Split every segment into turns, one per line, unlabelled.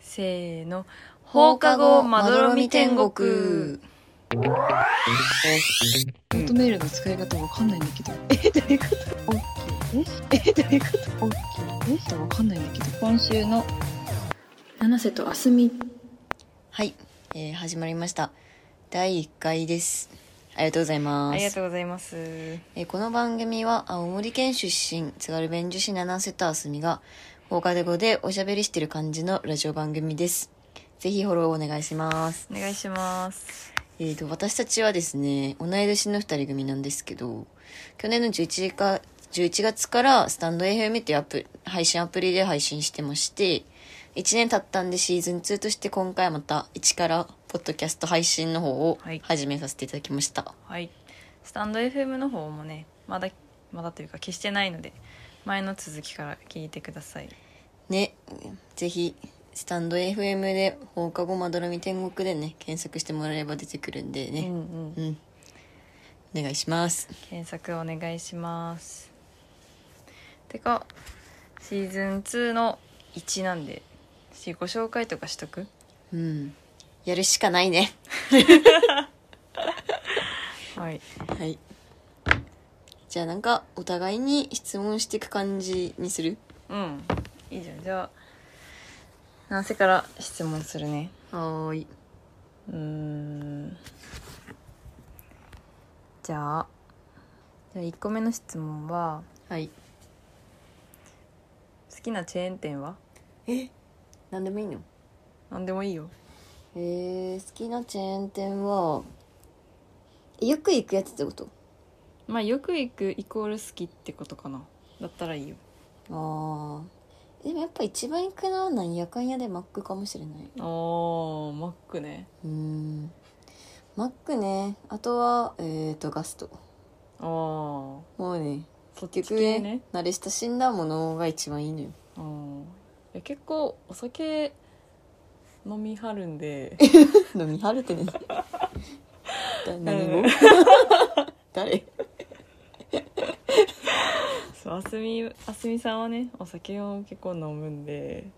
せーの放課後まどろみ天国
ホットメールの使い方わかんないんだけど。え、どういうことえ、え、どういうことえ、わかんないんだけど。今週の、
七瀬とあすみ
はい、えー始まりました第1回ですありがとうございます
ありがとうございます
えーこの番組は青森県出身津軽弁女子七瀬田あすみが放課後でおしゃべりしてる感じのラジオ番組ですぜひフォローお願いします
お願いします
えー、と私たちはですね同い年の2人組なんですけど去年の11か11月からスタンド FM っていうアプ配信アプリで配信してまして1年経ったんでシーズン2として今回また1からポッドキャスト配信の方を
はい
始めさせていただきました、
はいスタンド FM の方もねまだまだというか消してないので前の続きから聞いてください
ねぜひスタンド FM で放課後まどろみ天国でね検索してもらえれば出てくるんで
うんう
ね
ん
うん、お願いします
検索お願いしますてかシーズン2の1なんでしご紹介とかしとく
うんやるしかないね
はい
はい。じゃあなんかお互いに質問していく感じにする
うんいいじゃんじゃあ何せから質問するね
はーい。
うーんじゃあじゃあ1個目の質問は
はい。
好きなチェーン店は
何でもいいの
何でもいいよ
えー、好きなチェーン店は、えよく行くやつってこと
まあよく行くイコール好きってことかなだったらいいよ
ああ。でもやっぱ一番行くのはなんやかんやでマックかもしれない。
あマックね
うーん。マックね。あとは、えーと、ガスト。
ああ
もうね、
そっ
結局ね、慣れ親しんだものが一番いいのよ。
うんいや結構お酒飲みはるんで
飲みはる ってねだ何
う
語
ん
誰
そうあすみあすみさんはねお酒を結構飲むんで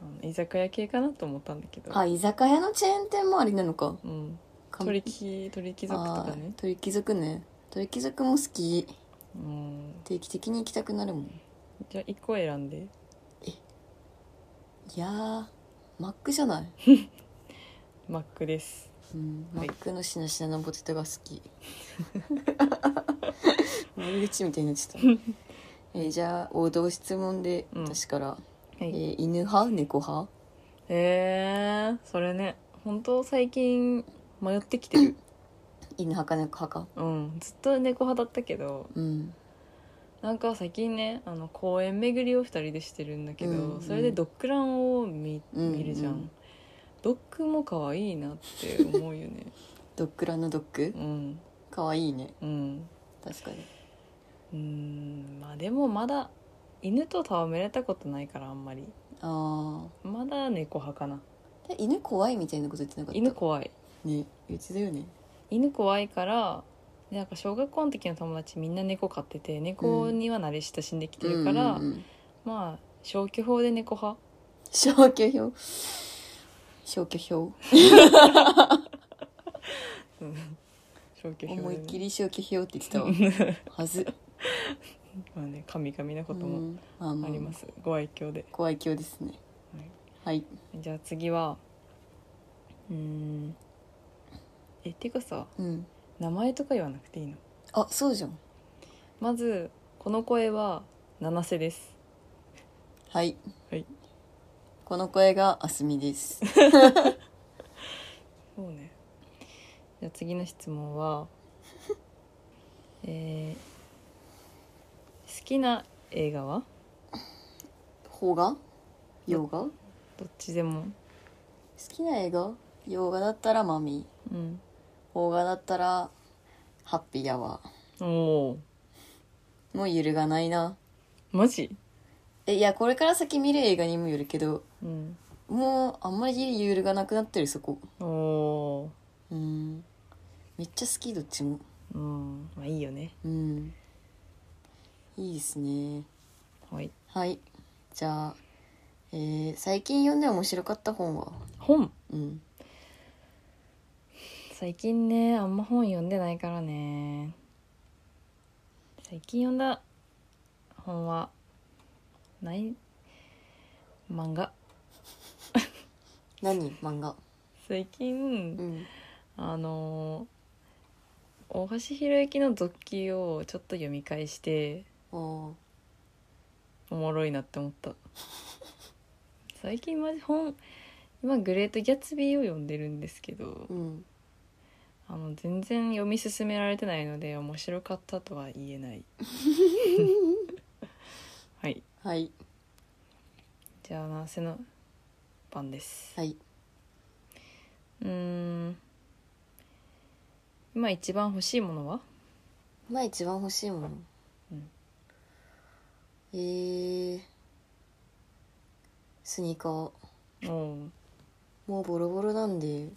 あの居酒屋系かなと思ったんだけど
あ居酒屋のチェーン店もありなのか
うん、
か
鳥貴鳥貴族とかね
あー鳥貴族ね鳥貴族も好き
うん
定期的に行きたくなるもん
じゃあ1個選んで
いやーマックじゃない、
マックです
うん、マ
はい
ックのしなしなのポテトが好 き悪口みたいになっちゃった えーじゃあ王道質問で
うん
私から、
は
え
い
ー犬派猫派
えー、それね本当最近迷ってきて る
犬派か猫派か
うんずっと猫派だったけど
うん
なんか最近ねあの公園巡りを2人でしてるんだけど、
うんうん
それでドッグランを見,、
うんうん
見るじゃんドッグも可愛いなって思うよ ね
ドッグランのドッグ
うん
かわいいね
うん
確かに
うんまあでもまだ犬と戯れたことないからあんまり
ああ
まだ猫派かな
え犬怖いみたいなこと言ってなかった
犬怖い
ねうちだよね
犬怖いからでなんか小学校の時の友達みんな猫飼ってて猫には慣れ親しんできてるから、
うんうんうん
まあ消去法で猫派
消去表消去表
消去法でね
思いっきり消去表って言ってたわ はず、
まあね神々な
う
ことも
ん、まあま
ありま
あ
す、ご愛嬌で
怖い今日ですねはい
じゃあ次はうーんえっていうかさ
うん
名前とか言わなくていいの
あそうじゃん
まずこの声は七瀬です
はい
はい
この声があすみです
そうねじゃあ次の質問 はえー好きな映画は
邦画洋画好
どっちでも
きな映画洋画だったらマミ
うん
邦画だったらハッピーアワ
おお
ーもう揺るがないな
マジ
えいやこれから先見る映画にもよるけど
うん
もうあんまり揺るがなくなってるそこ
おお
うんめっちゃ好きどっちも
ーうんまあいいよね
うんいいですね
はい
はいじゃあえー最近読んで面白かった本は
本
うん
最近ねあんま本読んでないからね最近読んだ本はない漫画
何漫画
最近、
うん
あのー大橋ひろゆきの続きをちょっと読み返して
おー
おもろいなって思った最近マジ本今「グレート・ギャツビー」を読んでるんですけど
うん
あの全然読み進められてないので面白かったとは言えないはい
はい
じゃあなせの番です
はいう
ーん今一番欲しいものは
今一番欲しいもの、
うん
えー、スニーカー
おう
もうボロボロなんで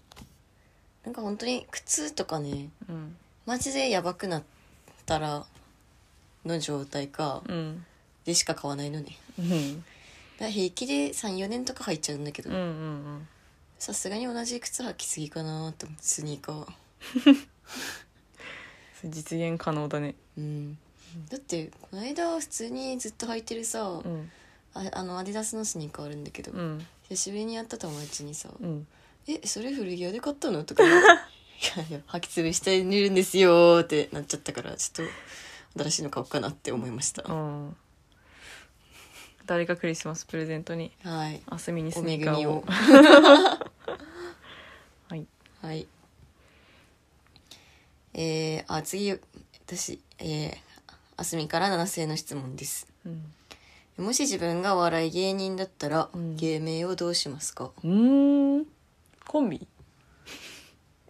なんか本当に靴とかね
うん
マジでやばくなったらの状態か
うん
でしか買わないのね
うん
だから平気で34年とか入っちゃうんだけど
うんうん
さすがに同じ靴履きすぎかなと思ってスニーカー
うん実現可能だね
うんだってこの間普通にずっと履いてるさ、
うん
ああのアディダスのスニーカーあるんだけど、
うん
久しぶりに会った友達にさ
うん
「えそれ古着屋で買ったの?」とか 言われていやいや履き潰して寝るんですよ」ってなっちゃったからちょっと新しいの買おうかなって思いました、
うん誰かクリスマスプレゼントに
はい
あすみにス
お
ニ
め
ー
ぐ
カ
み
ー
を
をはい
はいえー、あ次私えー、あすみから七世の質問です
うん
もし自分がお笑い芸人だったら、
うん
芸名をどうしますか
うーんコンビ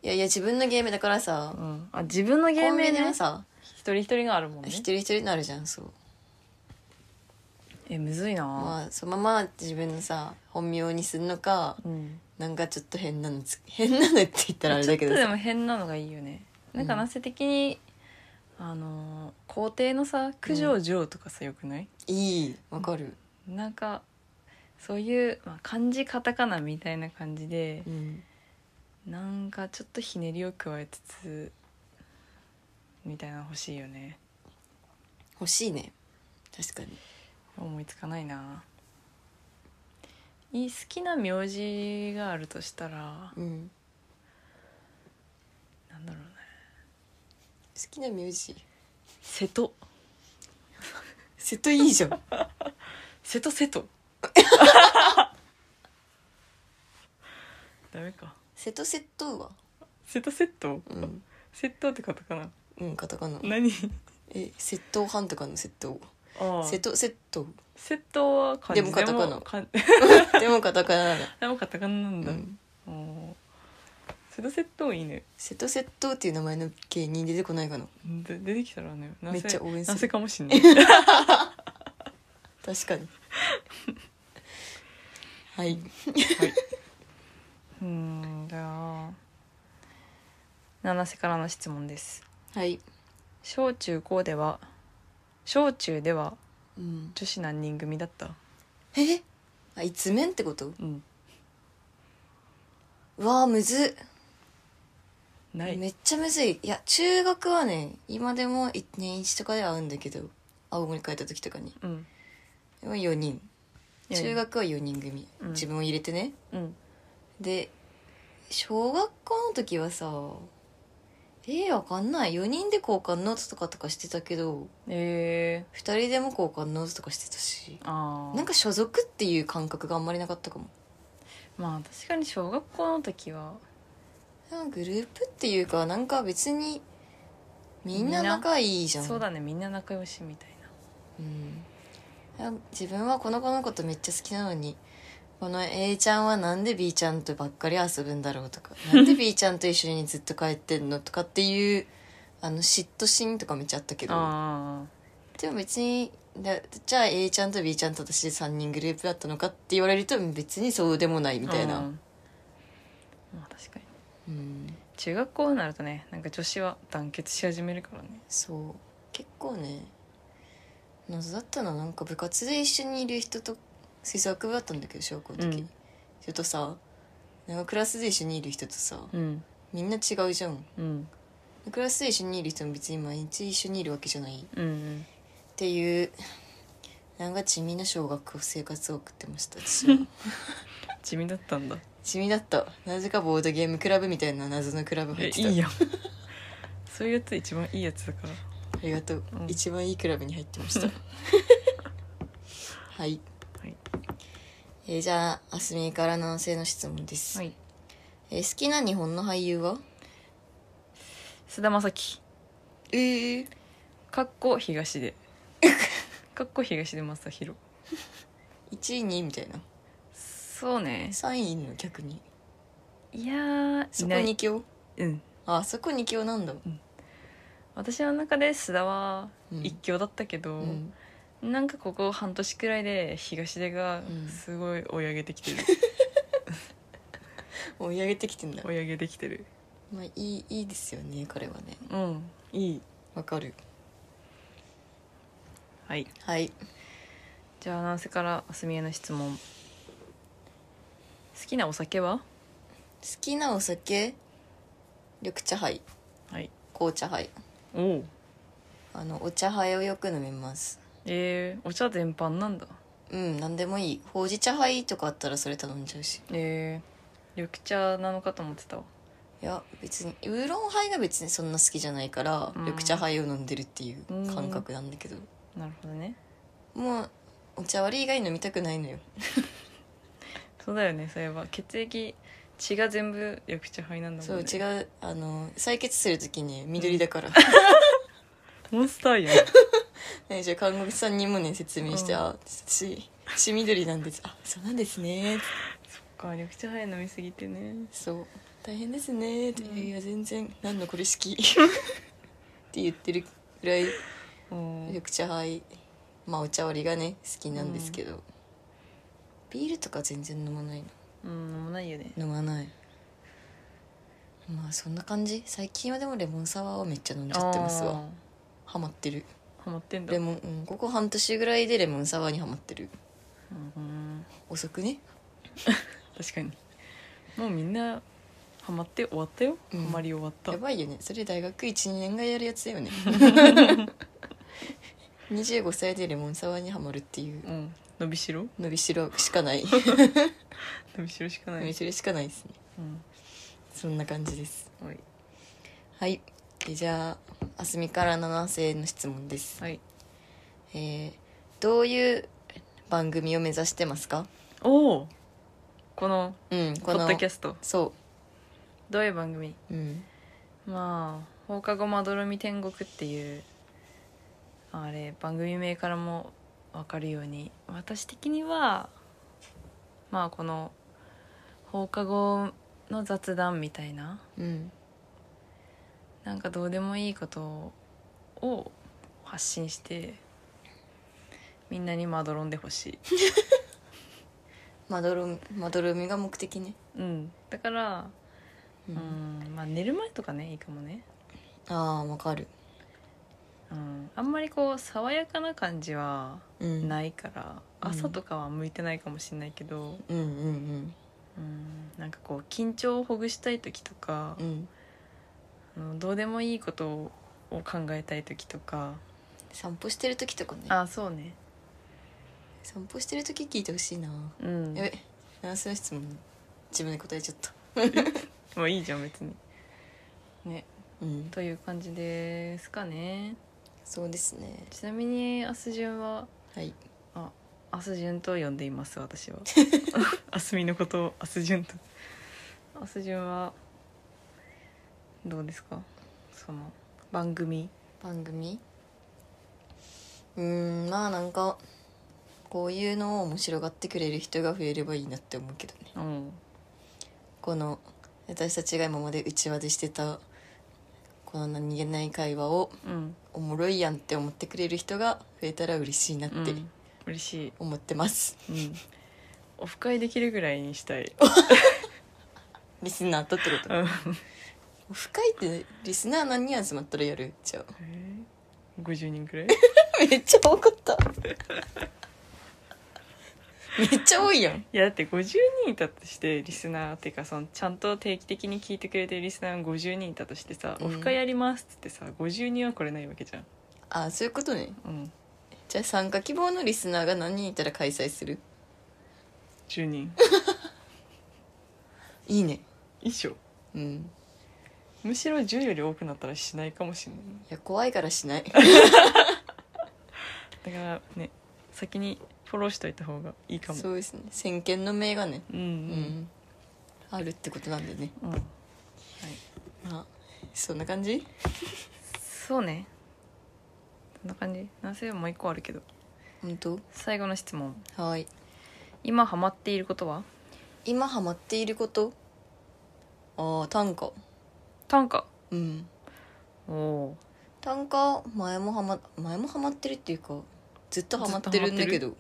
いやいや自分の芸名だからさ
うんあ自分の芸
芸
名
名で
ね
もさ
一人一人があるもんね
一人一人になるじゃんそう
えむずいな
まあそのまま自分のさ本名にするのか
うん
なんかちょっと変なのつ 変なのって言ったらあれだけ
ち
ど
ょっとで
さ
も変なのがいいよねなんか
うん
なせ的にあのー皇帝のさ九条城とかさよくない
いいわかる
なんかそういう、まあ、漢字カタカナみたいな感じで
うん
なんかちょっとひねりを加えつつみたいなの欲しいよね
欲しいね確かに
思いつかないないい好きな名字があるとしたら
うん
なんだろうね
好きな名字
瀬戸
瀬戸いいじゃん
瀬戸瀬戸 ダメか
瀬戸瀬戸は
瀬戸セット
うん
セットってことかな
うんカタカナ
何
え窃盗犯とかの窃盗
ああ
瀬戸窃 盗
セットは漢 字
でもカタカナ
かん
でもカタカナなの
でもカタカナなんだ、
うん
おー瀬戸セットもいいね
瀬戸窃盗っていう名前の芸人出てこないかな
で出てきたらねな
めっちゃ応援する
なぜかもしんない
確か にはい
うんじゃあ七瀬からの質問です
はい
小中高では小中では
うん
女子何人組だった
えあ一面ってこと
うん
うわーむずっ
ない
めっちゃむずいいや中学はね今でも1年1とかで会うんだけど青森帰った時とかに
うん
でも4人
いや
中学は4人組、
うん
自分を入れてね
うん
で小学校の時はさえー、わかんない4人で交換ノートとかとかしてたけど
え
2人でも交換ノートとかしてたし
ー、ああ
なんか所属っていう感覚があんまりなかったかも
まあ確かに小学校の時は
なんかグループっていうかなんか別にみん
み
なん
な
仲いいじゃん
そうだねみんな仲良しみたい
うんあ、自分はこの子のことめっちゃ好きなのにこの A ちゃんはなんで B ちゃんとばっかり遊ぶんだろうとかな んで B ちゃんと一緒にずっと帰ってんのとかっていうあの嫉妬心とかめっちゃあったけ
な
ど
ああ
でも別にだじゃあ A ちゃんと B ちゃんと私で3人グループだったのかって言われると別にそうでもないみたいな、
うんまあ確かに
うん、
中学校になるとねなんか女子は団結し始めるからね
そう結構ね謎だったななんか部活で一緒にいる人と吹奏楽部だったんだけど小学校の時、
うん
それとさなんかクラスで一緒にいる人とさ
うん
みんな違うじゃん
うん
クラスで一緒にいる人も別に毎日一緒にいるわけじゃないっ
うん
ていうなんか地味な小学校生活を送ってました私 は
地味だった んだ
地味だったなぜかボードゲームクラブみたいな謎のクラブ入
え
って
い
た
いやん そういうやつ一番いいやつだから
ありがとう、
うん
一番いいクラブに入ってました はい、
はい
えーじゃああすみから男性の質問です、
はい
えー好きな日本の俳優は
菅田将暉
ええ
かっこ東で かっこ東で正宏
1位2位みたいな
そうね
3位いるの逆に
いやー
そ
い
こ
ない
2強
うん
あそこ2強なんだ
私の中で須田は
うん
一強だったけど、
うん
なんかここ半年くらいで東出が
うん
すごい追い上げて きてる、
追い上げてきてんだ
追い上げてきてる
まあいいいいですよね彼はね
うんいい
わかる
はい
はい
じゃあなんせからあすみへの質問好きなお酒は
好きなお酒緑茶杯
はい
紅茶杯
おお
あのお茶杯をよく飲みます
えー、お茶全般なんだ
うん何でもいいほうじ茶杯とかあったらそれ頼んじゃうし
えー、緑茶なのかと思ってたわ
いや別にウーロンハイが別にそんな好きじゃないから、
うん
緑茶杯を飲んでるっていう感覚なんだけど、
なるほどね
もうお茶割り以外飲みたくないのよ
そうだよねそういえば血液血が全部緑茶杯なんだもんね
そううちがあの採血する時に緑だから、
モンスターやん
ねじゃあ看護師さんにもね説明して「
うん
あ私血緑なんです」「あそうなんですね」って
そっか緑茶杯飲みすぎてね
そう大変ですね」って「
うん
いや全然何のこれ好 き」って言ってるぐらい
うん
緑茶杯まあお茶割りがね好きなんですけど、ビールとか全然飲まないの
うん飲まないよね
飲まないまあそんな感じ最近はでもレモンサワーをめっちゃ飲んじゃってますわハマってる
あーハマってんだ
レモン、うん、ここ半年ぐらいでレモンサワーにハマってる
うん
遅くね
確かにもうみんなハマって終わったよ、
うん
ハマり終わった
やばいよねそれ大学12年がやるやつだよ ね25歳でレモンサワーにはまるっていう
うん伸びしろ
伸びしろしかない
伸びしろしかな
伸
い
びしろしかないですね
うん
そんな感じです
はい
はいでじゃああすみから七瀬への質問です、
はい
えーどういう番組を目指してますか
おおこの
うん
ポ
こ
ッ
の
ドキャスト
そ
どういう番組
ううん
まあ放課後まどろみ天国っていうあれ番組名からも分かるように私的にはまあこの放課後の雑談みたいな
うん
なんかどうでもいいことを発信してみんなにまどろんでほしい、
まどろまどろみが目的ね、
うん、だから
う
うんんまあ寝る前とかねいいかもね、
ああわかる
うん、あんまりこう爽やかな感じは
うん
ないから、
うん
朝とかは向いてないかもしれないけど、
うんうん
うん、なんかこう緊張をほぐしたい時とか
うん
あ
う、ん
のどうでもいいことを考えたい時とか、
散歩してる時とかね
あそうね
散歩してる時聞いてほしいな、
うん
やべ男性の質問自分で答えちゃった
もういいじゃん別にね
うん
という感じですかね
そうですね
ちなみに明日順は
はい
明日順と呼んでいます私 は明日みのことを明日順と明日順はどうですかその番組
番組うーんまあなんかこういうのを面白がってくれる人が増えればいいなって思うけどね
うん
この私たちが今まで内輪でしてたこの何気ない会話を
うん
おもろいやんって思ってくれる人が増えたら嬉しいなって
うん嬉しい
思ってます、
うんオフ会できるぐらいにしたい
リスナーとってこと
うん
オフ会ってリスナー何人集まったらやる じゃあ
えー50人くらい
めっちゃ多かっためっちゃ多いやん。
いやだって50人いたとしてリスナーっていうかそのちゃんと定期的に聞いてくれてるリスナーが50人いたとしてさ「
うん
オフ会やります」っつってさ50人は来れないわけじゃん、
あそういうことね。
うん、
じゃあ参加希望のリスナーが何人いたら開催する
10人
いいね。
以上
うん。
むしろ10より多くなったらしないかもしれない
いや、怖 いからしない。
だからね先にフォローしといた方がいいかも
そうですね。先見の明がね。
うんう
うんん。あるってことなんでね。
うん
まあ、そんな感じ
そうねそんな感じなんせもう一個あるけど
本当
最後の質問
はい。
今ハマっていることは
今ハマっていることああ、短歌。
短歌
うん。
おお
短歌、前もハマ、前もハマってるっていうか、ずっとハマってるんだけど、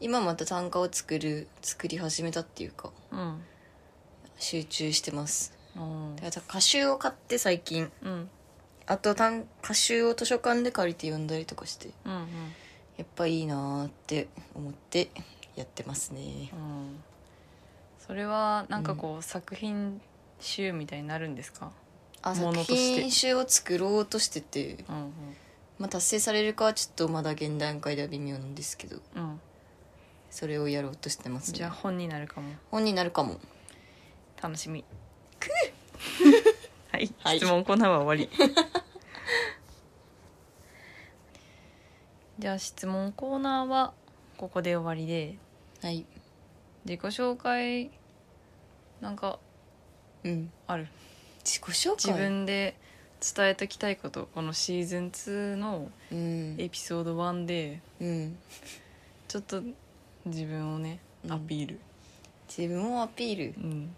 今また短歌を作る、作り始めたっていうか、
ーうん
集中してます。
おー
だから歌集を買って最近
うん
あと単歌集を図書館で借りて読んだりとかして
うんうん
やっぱいいなーって思ってやってますね
うんそれはなんかこう、作品集みたいになるんですか
あ
も
作
のとして
品集を作ろうとしてて、
うんうん
まあ、達成されるかはちょっとまだ現段階では微妙なんですけど
うん
それをやろうとしてますね
じゃあ本になるかも
本になるかも
楽しみ はい、
はい
質問コーナーは終わり じゃあ質問コーナーはここで終わりで
はい
自己紹介なんか
うん
ある
自己紹介
自分で伝えときたいことこのシーズン2の
うん
エピソード1で
うん
ちょっと自分をね
うん
アピール、
自分をアピール
うん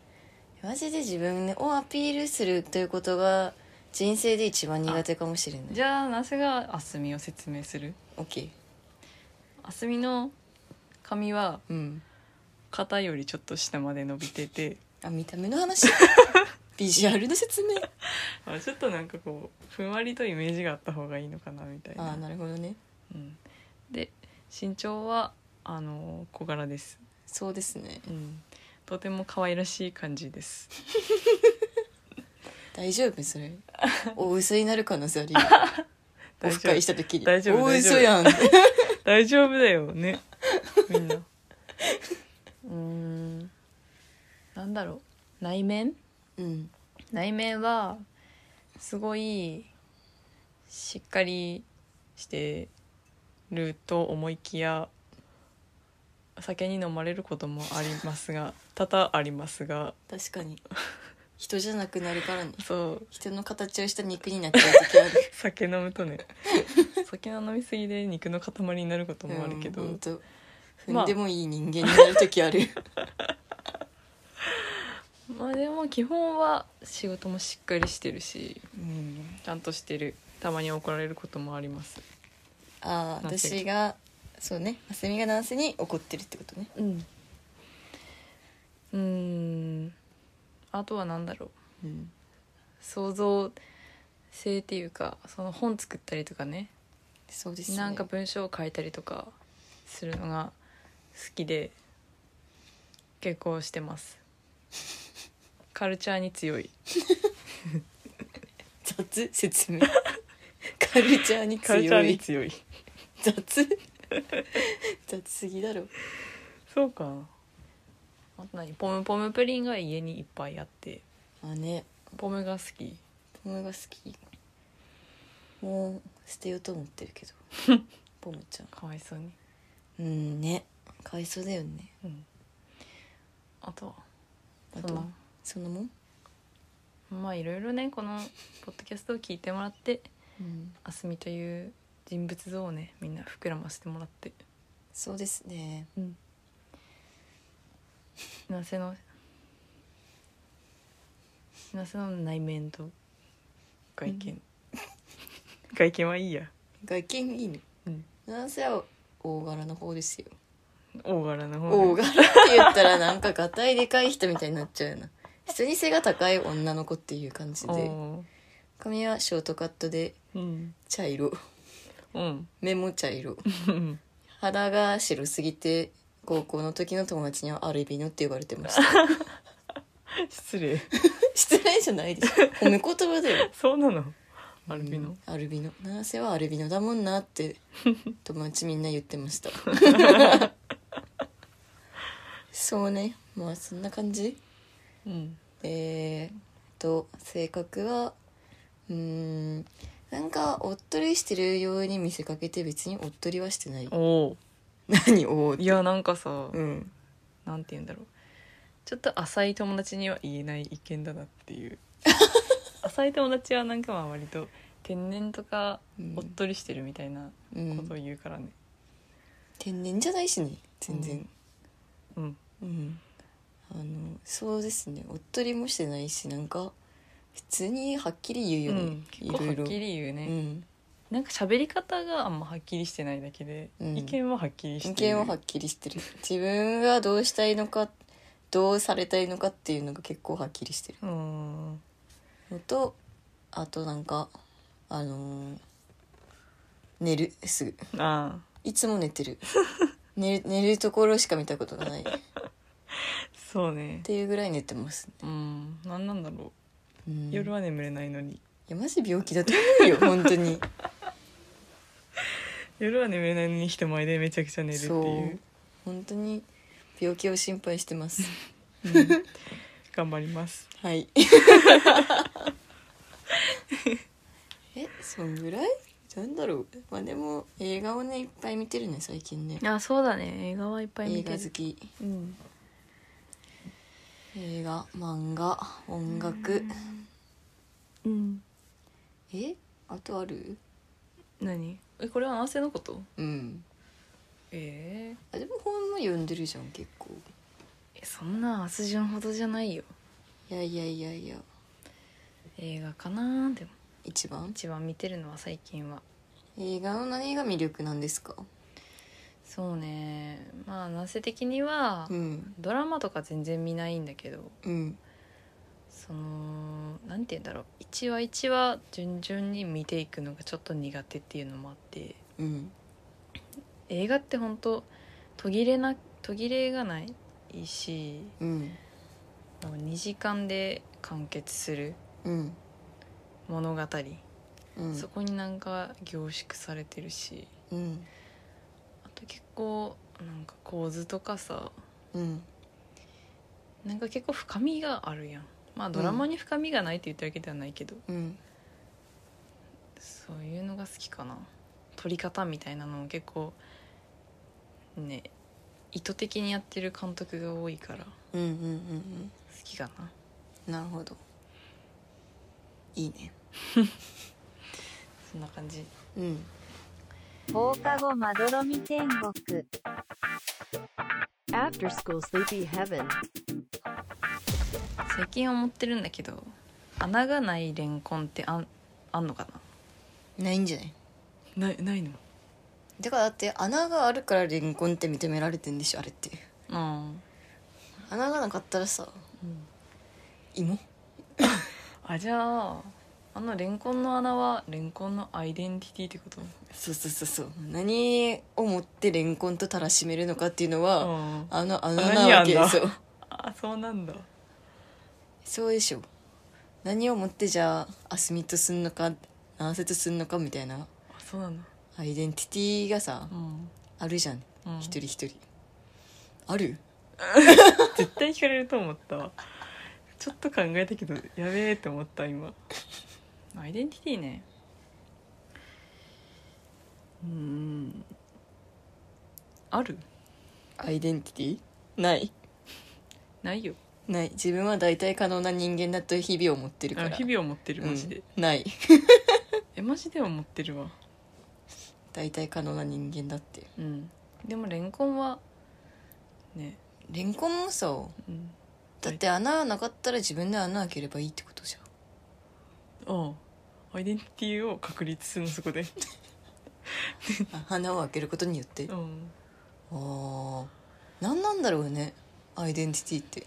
マジで自分をアピールするということが人生で一番苦手かもしれない
じゃあなぜがあすみを説明する
オッケー
あすみの髪は
うん
肩よりちょっと下まで伸びて て
あ見た目 の話ビジュアルの説明
あちょっとなんかこうふんわりとイメージがあった方がいいのかなみたい
あ
な
あなるほどね
うん、で身長はあの小柄です、
そうですね
うん、とても可愛らしい感じです
大丈夫 それ大嘘になる可能性あるよオフ会した時に
大丈夫
大
大丈夫
嘘やん
大丈夫だよねみんなうーんなんだろう内面
うん
内面はすごいしっかりしてると思いきや酒に飲まれることもありますが多々ありますが
確か に人じゃなくなるからね
そう
人の形をした肉になっちゃう時ある
酒飲むとね酒の飲み過ぎで肉の塊になることもあるけど、
うん、ほんと
まあ
踏んでもいい人間になる 時ある、
まあでも基本は仕事もしっかりしてるし
うん
ちゃんとしてるたまに怒られることもあります
ああ
なんて
私がそうねあすみが男性に怒ってるってことね
うんうーんあとは何だろう
うん
創造性っていうかその本作ったりとかね
そうですね
なんか文章を書いたりとかするのが好きで結構して ますカルチャーに強い
雑 説明カルチャーに
カルチャ
強
ーに
い
強い
雑 雑すぎだろ
そうかあと何ポムポムプリンが家にいっぱいあって
まあね
ポムが好き
ポムが好きもう捨てようと思ってるけ どポムちゃん
かわいそうに
うんねかわいそうだよね
うんあとは
あ
そ
と
の
そのもん、
まあいろいろねこのポッドキャストを聞いてもらって
うん、
あすみという人物像をねみんな膨らませてもらって
そうですね
うんなせのなせの内面と外見、外見はいいや、
外見いいの
うん、
なんせは大柄の方ですよ
大柄の方
大
ね
柄って言ったらなんかがたいでかい人みたいになっちゃうよな普通に背が高い女の子っていう感じで
おー
髪はショートカットで
うん
茶色
うん
目も茶色
うん
肌が白すぎて高校の時の友達にはアルビノって呼ばれてました
失礼
失礼じゃないでしょ褒め言葉だよ
そうなのアルビノ、
アルビノ七瀬はアルビノだもんなって友達みんな言ってました そうねまあそんな感じ
うん
えー、と性格はうーんなんかおっとりしてるように見せかけて別におっとりはしてない
おお
何おー
いやなんかさ、
うん
なんて言うんだろうちょっと浅い友達には言えない意見だなっていう 浅い友達はなんかまあ割と天然とか
うん
おっとりしてるみたいな
う
ことを
ん
言うからね
天然じゃないしね全然
うん、
うん、あのそうですねおっとりもしてないしなんか普通にはっきり言う
う
よね、
ん結
い
構はっ
ろいろ
きり言うね、
うん
なんか喋り方があんまはっきりしてないだけで、
うん
意見ははっきりしてる
意見ははっきりしてる自分がどうしたいのかどうされたいのかっていうのが結構はっきりしてる
うん
のとあとなんかあのー寝るすぐ
あ
いつも寝 てる寝る寝るところしか見たことがないっ
あそうね
ていうぐらい寝てます、
うん何なんだろ
うん、
う夜は眠れないのに
いやマジ病気だと思うよ本当に
夜は眠れないのに人前でめちゃくちゃ寝るって
そ
いうう
本当に病気を心配し てます
頑張ります
はい えそんぐらいなんだろうまあでも映画をねいっぱい見てるね最近ね
あそうだね映画はいっぱ
映画好き
うん
映画漫画音楽
うん
えあとある
何えこれは男性のこと
うん
えー
あでも本も読んでるじゃん結構
えそんな明日順ほどじゃないよ
いやいやいやいや
映画かなでも
一番
一番見てるのは最近は
映画の何が魅力なんですか
そうねまあ男性的には、
うん
ドラマとか全然見ないんだけど
うん
そのなんて言うんだろう一話一話順々に見ていくのがちょっと苦手っていうのもあって
うん
映画って本当途切れな途切れがないし
うん
もう2時間で完結する
うん
物語、
うん
そこになんか凝縮されてるし
うん
あと結構なんか構図とかさ
うん
なんか結構深みがあるやんまあドラマに深みがないって言ってるわけではないけど、
うん
そういうのが好きかな撮り方みたいなのも結構ね意図的にやってる監督が多いから好
うんうんうん
きかな
うんなるほどいいね
そんな感じ
うん
放課後まどろみ天国
After School Sleepy Heaven.
最近思ってるんだけど穴がないレンコンってあんあんのか
ないんじゃない
なないないの
だからだって穴があるからレンコンって認められてんでしょあれって
うん、
穴がなかったらさ
うん、
芋
あじゃああのレンコンの穴はレンコンのアイデンティティってこと
そうそうそうそう何をもってレンコンとたらしめるのかっていうのは、
うん
あの穴
穴に
な
あ
わ
ん
け
だ
そう
あそうなんだ
そうでしょ何をもってじゃあアスミとすんのかナーセとすんのかみたいな
あそうなんだ
アイデンティティがさ
うん、
あるじゃん
うん、
一人一人ある
絶対聞かれると思ったわちょっと考えたけどやべえって思った今アイデンティティねうーんある
アイデンティティない
ないよ
ない自分は大体可能な人間だと日々思ってるか
あ
ら
日々思ってる
うん
マジで、
ない
えマジで思ってるわ
大体可能な人間だって
うんでもレンコンはね
レンコンもさ
うん
だって穴なかったら自分で穴開ければいいってことじゃん
ああアイデンティティを確立するのそこで
あ穴を開けることによって
うん
ああ何なんだろうねアイデンティティって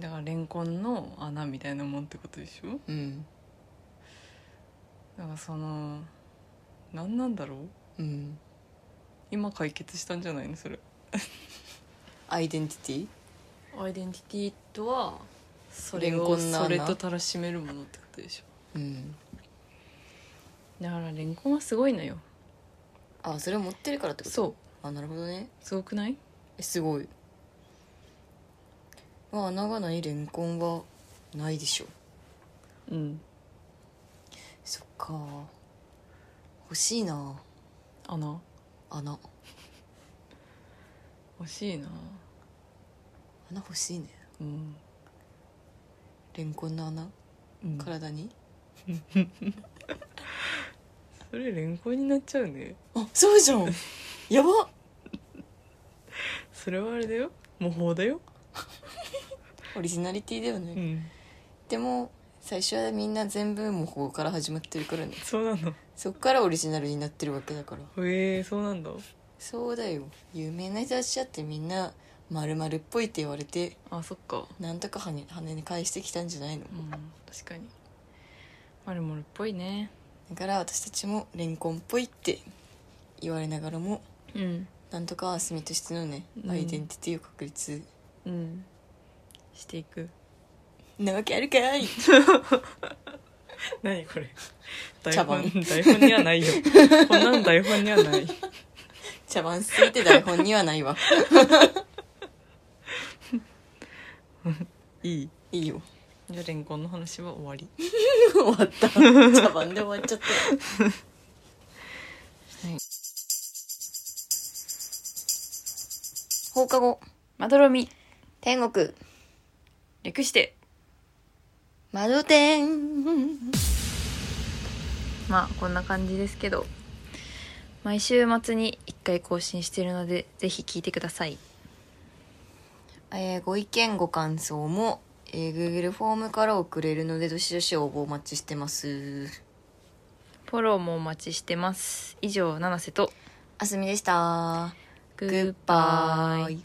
だからレンコンの穴みたいなもんってことでしょ
うん
だからその何なんだろう
うん
今解決したんじゃないのそれ
アイデンティテ
アイデンティティとはそれ
レン
を
コンの穴
それとたらしめるものってことでし
ィうん
ょだからレンコンはすごいのよ
あそれを持ってるからってこと
そう
あなるほどね
すごくない
えすごいまあ穴がないレンコンはないでしょ
うん
そっか欲しいな
穴
穴
欲しいな
穴欲しいね
うん、
レンコンの穴
うん、
体に
それレンコンになっちゃうね
あそうじ ゃんやば
それはあれだよ模倣だよ
オリジナリティだよね、
ん
でも最初はみんな全部模倣から始まってるからね
そうなの
そっからオリジナルになってるわけだから
へえそうなんだ
そうだよ有名な人たちだってみんな丸々っぽいって言われて
あそっか
なんとか跳ね跳ね返してきたんじゃないの
うん確かにマルモルっぽいね
だから私たちもレンコンっぽいって言われながらも
うん
なんとかあすみとしてのね、
うん
アイデンティティを確立
うんしていく
なわけあるかい
何これ
茶番
台本にはないよこんなの台本にはない
茶番すぎて台本にはないわ
いい
いいよ
じゃあレンコンの話は終わり
終わった茶番で終わっちゃった
はい
放課後
まどろみ
天国
略して
窓天
まあこんな感じですけど毎週末に1回更新してるのでぜひ聞いてください
えーご意見ご感想も、えー Google フォームから送れるのでどしどし応募お待ちしてます
フォローもお待ちしてます以上七瀬と
あすみでした
グ
グッバイ